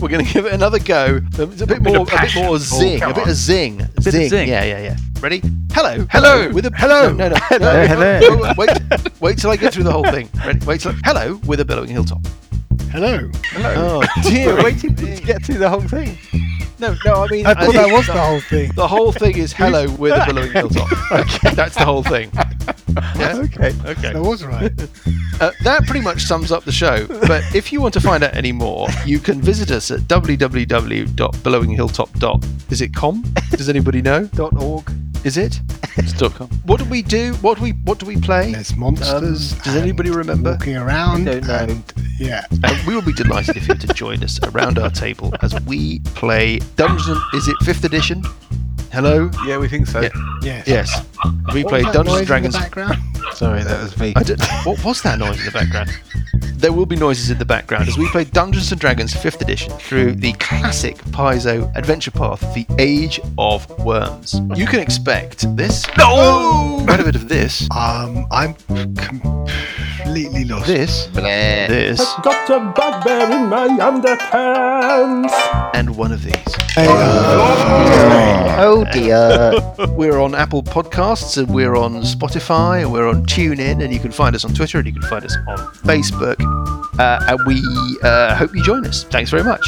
We're going to give it another go. Um, It's a bit bit more, of a bit passion. more Oh, zing, come a bit on. of zing, of zing. zing. Yeah, yeah, yeah. Ready? Hello, Hello, with a hello. No, no, no. no, Hello, wait, hello. Wait, wait, wait till I get through the whole thing. Ready? Wait till hello with a billowing hilltop. Hello. Uh, Hello. Oh dear, wait waiting to get through the whole thing. No, no. I mean, I thought that was the the, whole thing. the whole thing is hello with a billowing hilltop. Okay, that's the whole thing. Yeah? Okay. Okay. That was right. Uh, that pretty much sums up the show. But if you want to find out any more, you can visit us at www.belowinghilltop.com. Is it com? Does anybody know? Dot org. Is it? It's dot com. What do we do? What do we What do we play? There's monsters. Um, does anybody and remember? Walking around. I don't know. And, yeah. And we will be delighted if you to join us around our table as we play Dungeon. Is it fifth edition? Hello. Yeah, we think so. Yeah. Yes. Yes. We What play was that Dungeons noise and in Dragons. the background? Sorry, that was me. I don't, what was that noise in the background? There will be noises in the background as we play Dungeons and Dragons 5th edition through the classic Paizo adventure path, The Age of Worms. You can expect this. No! Quite a bit of this, Um, I'm completely lost. this, this, Got a bugbear in my underpants. and one of these. Hey, uh, Oh dear. We're on Apple Podcasts and we're on Spotify and we're on TuneIn and you can find us on Twitter and you can find us on Facebook. Uh, and we uh, hope you join us. Thanks very much.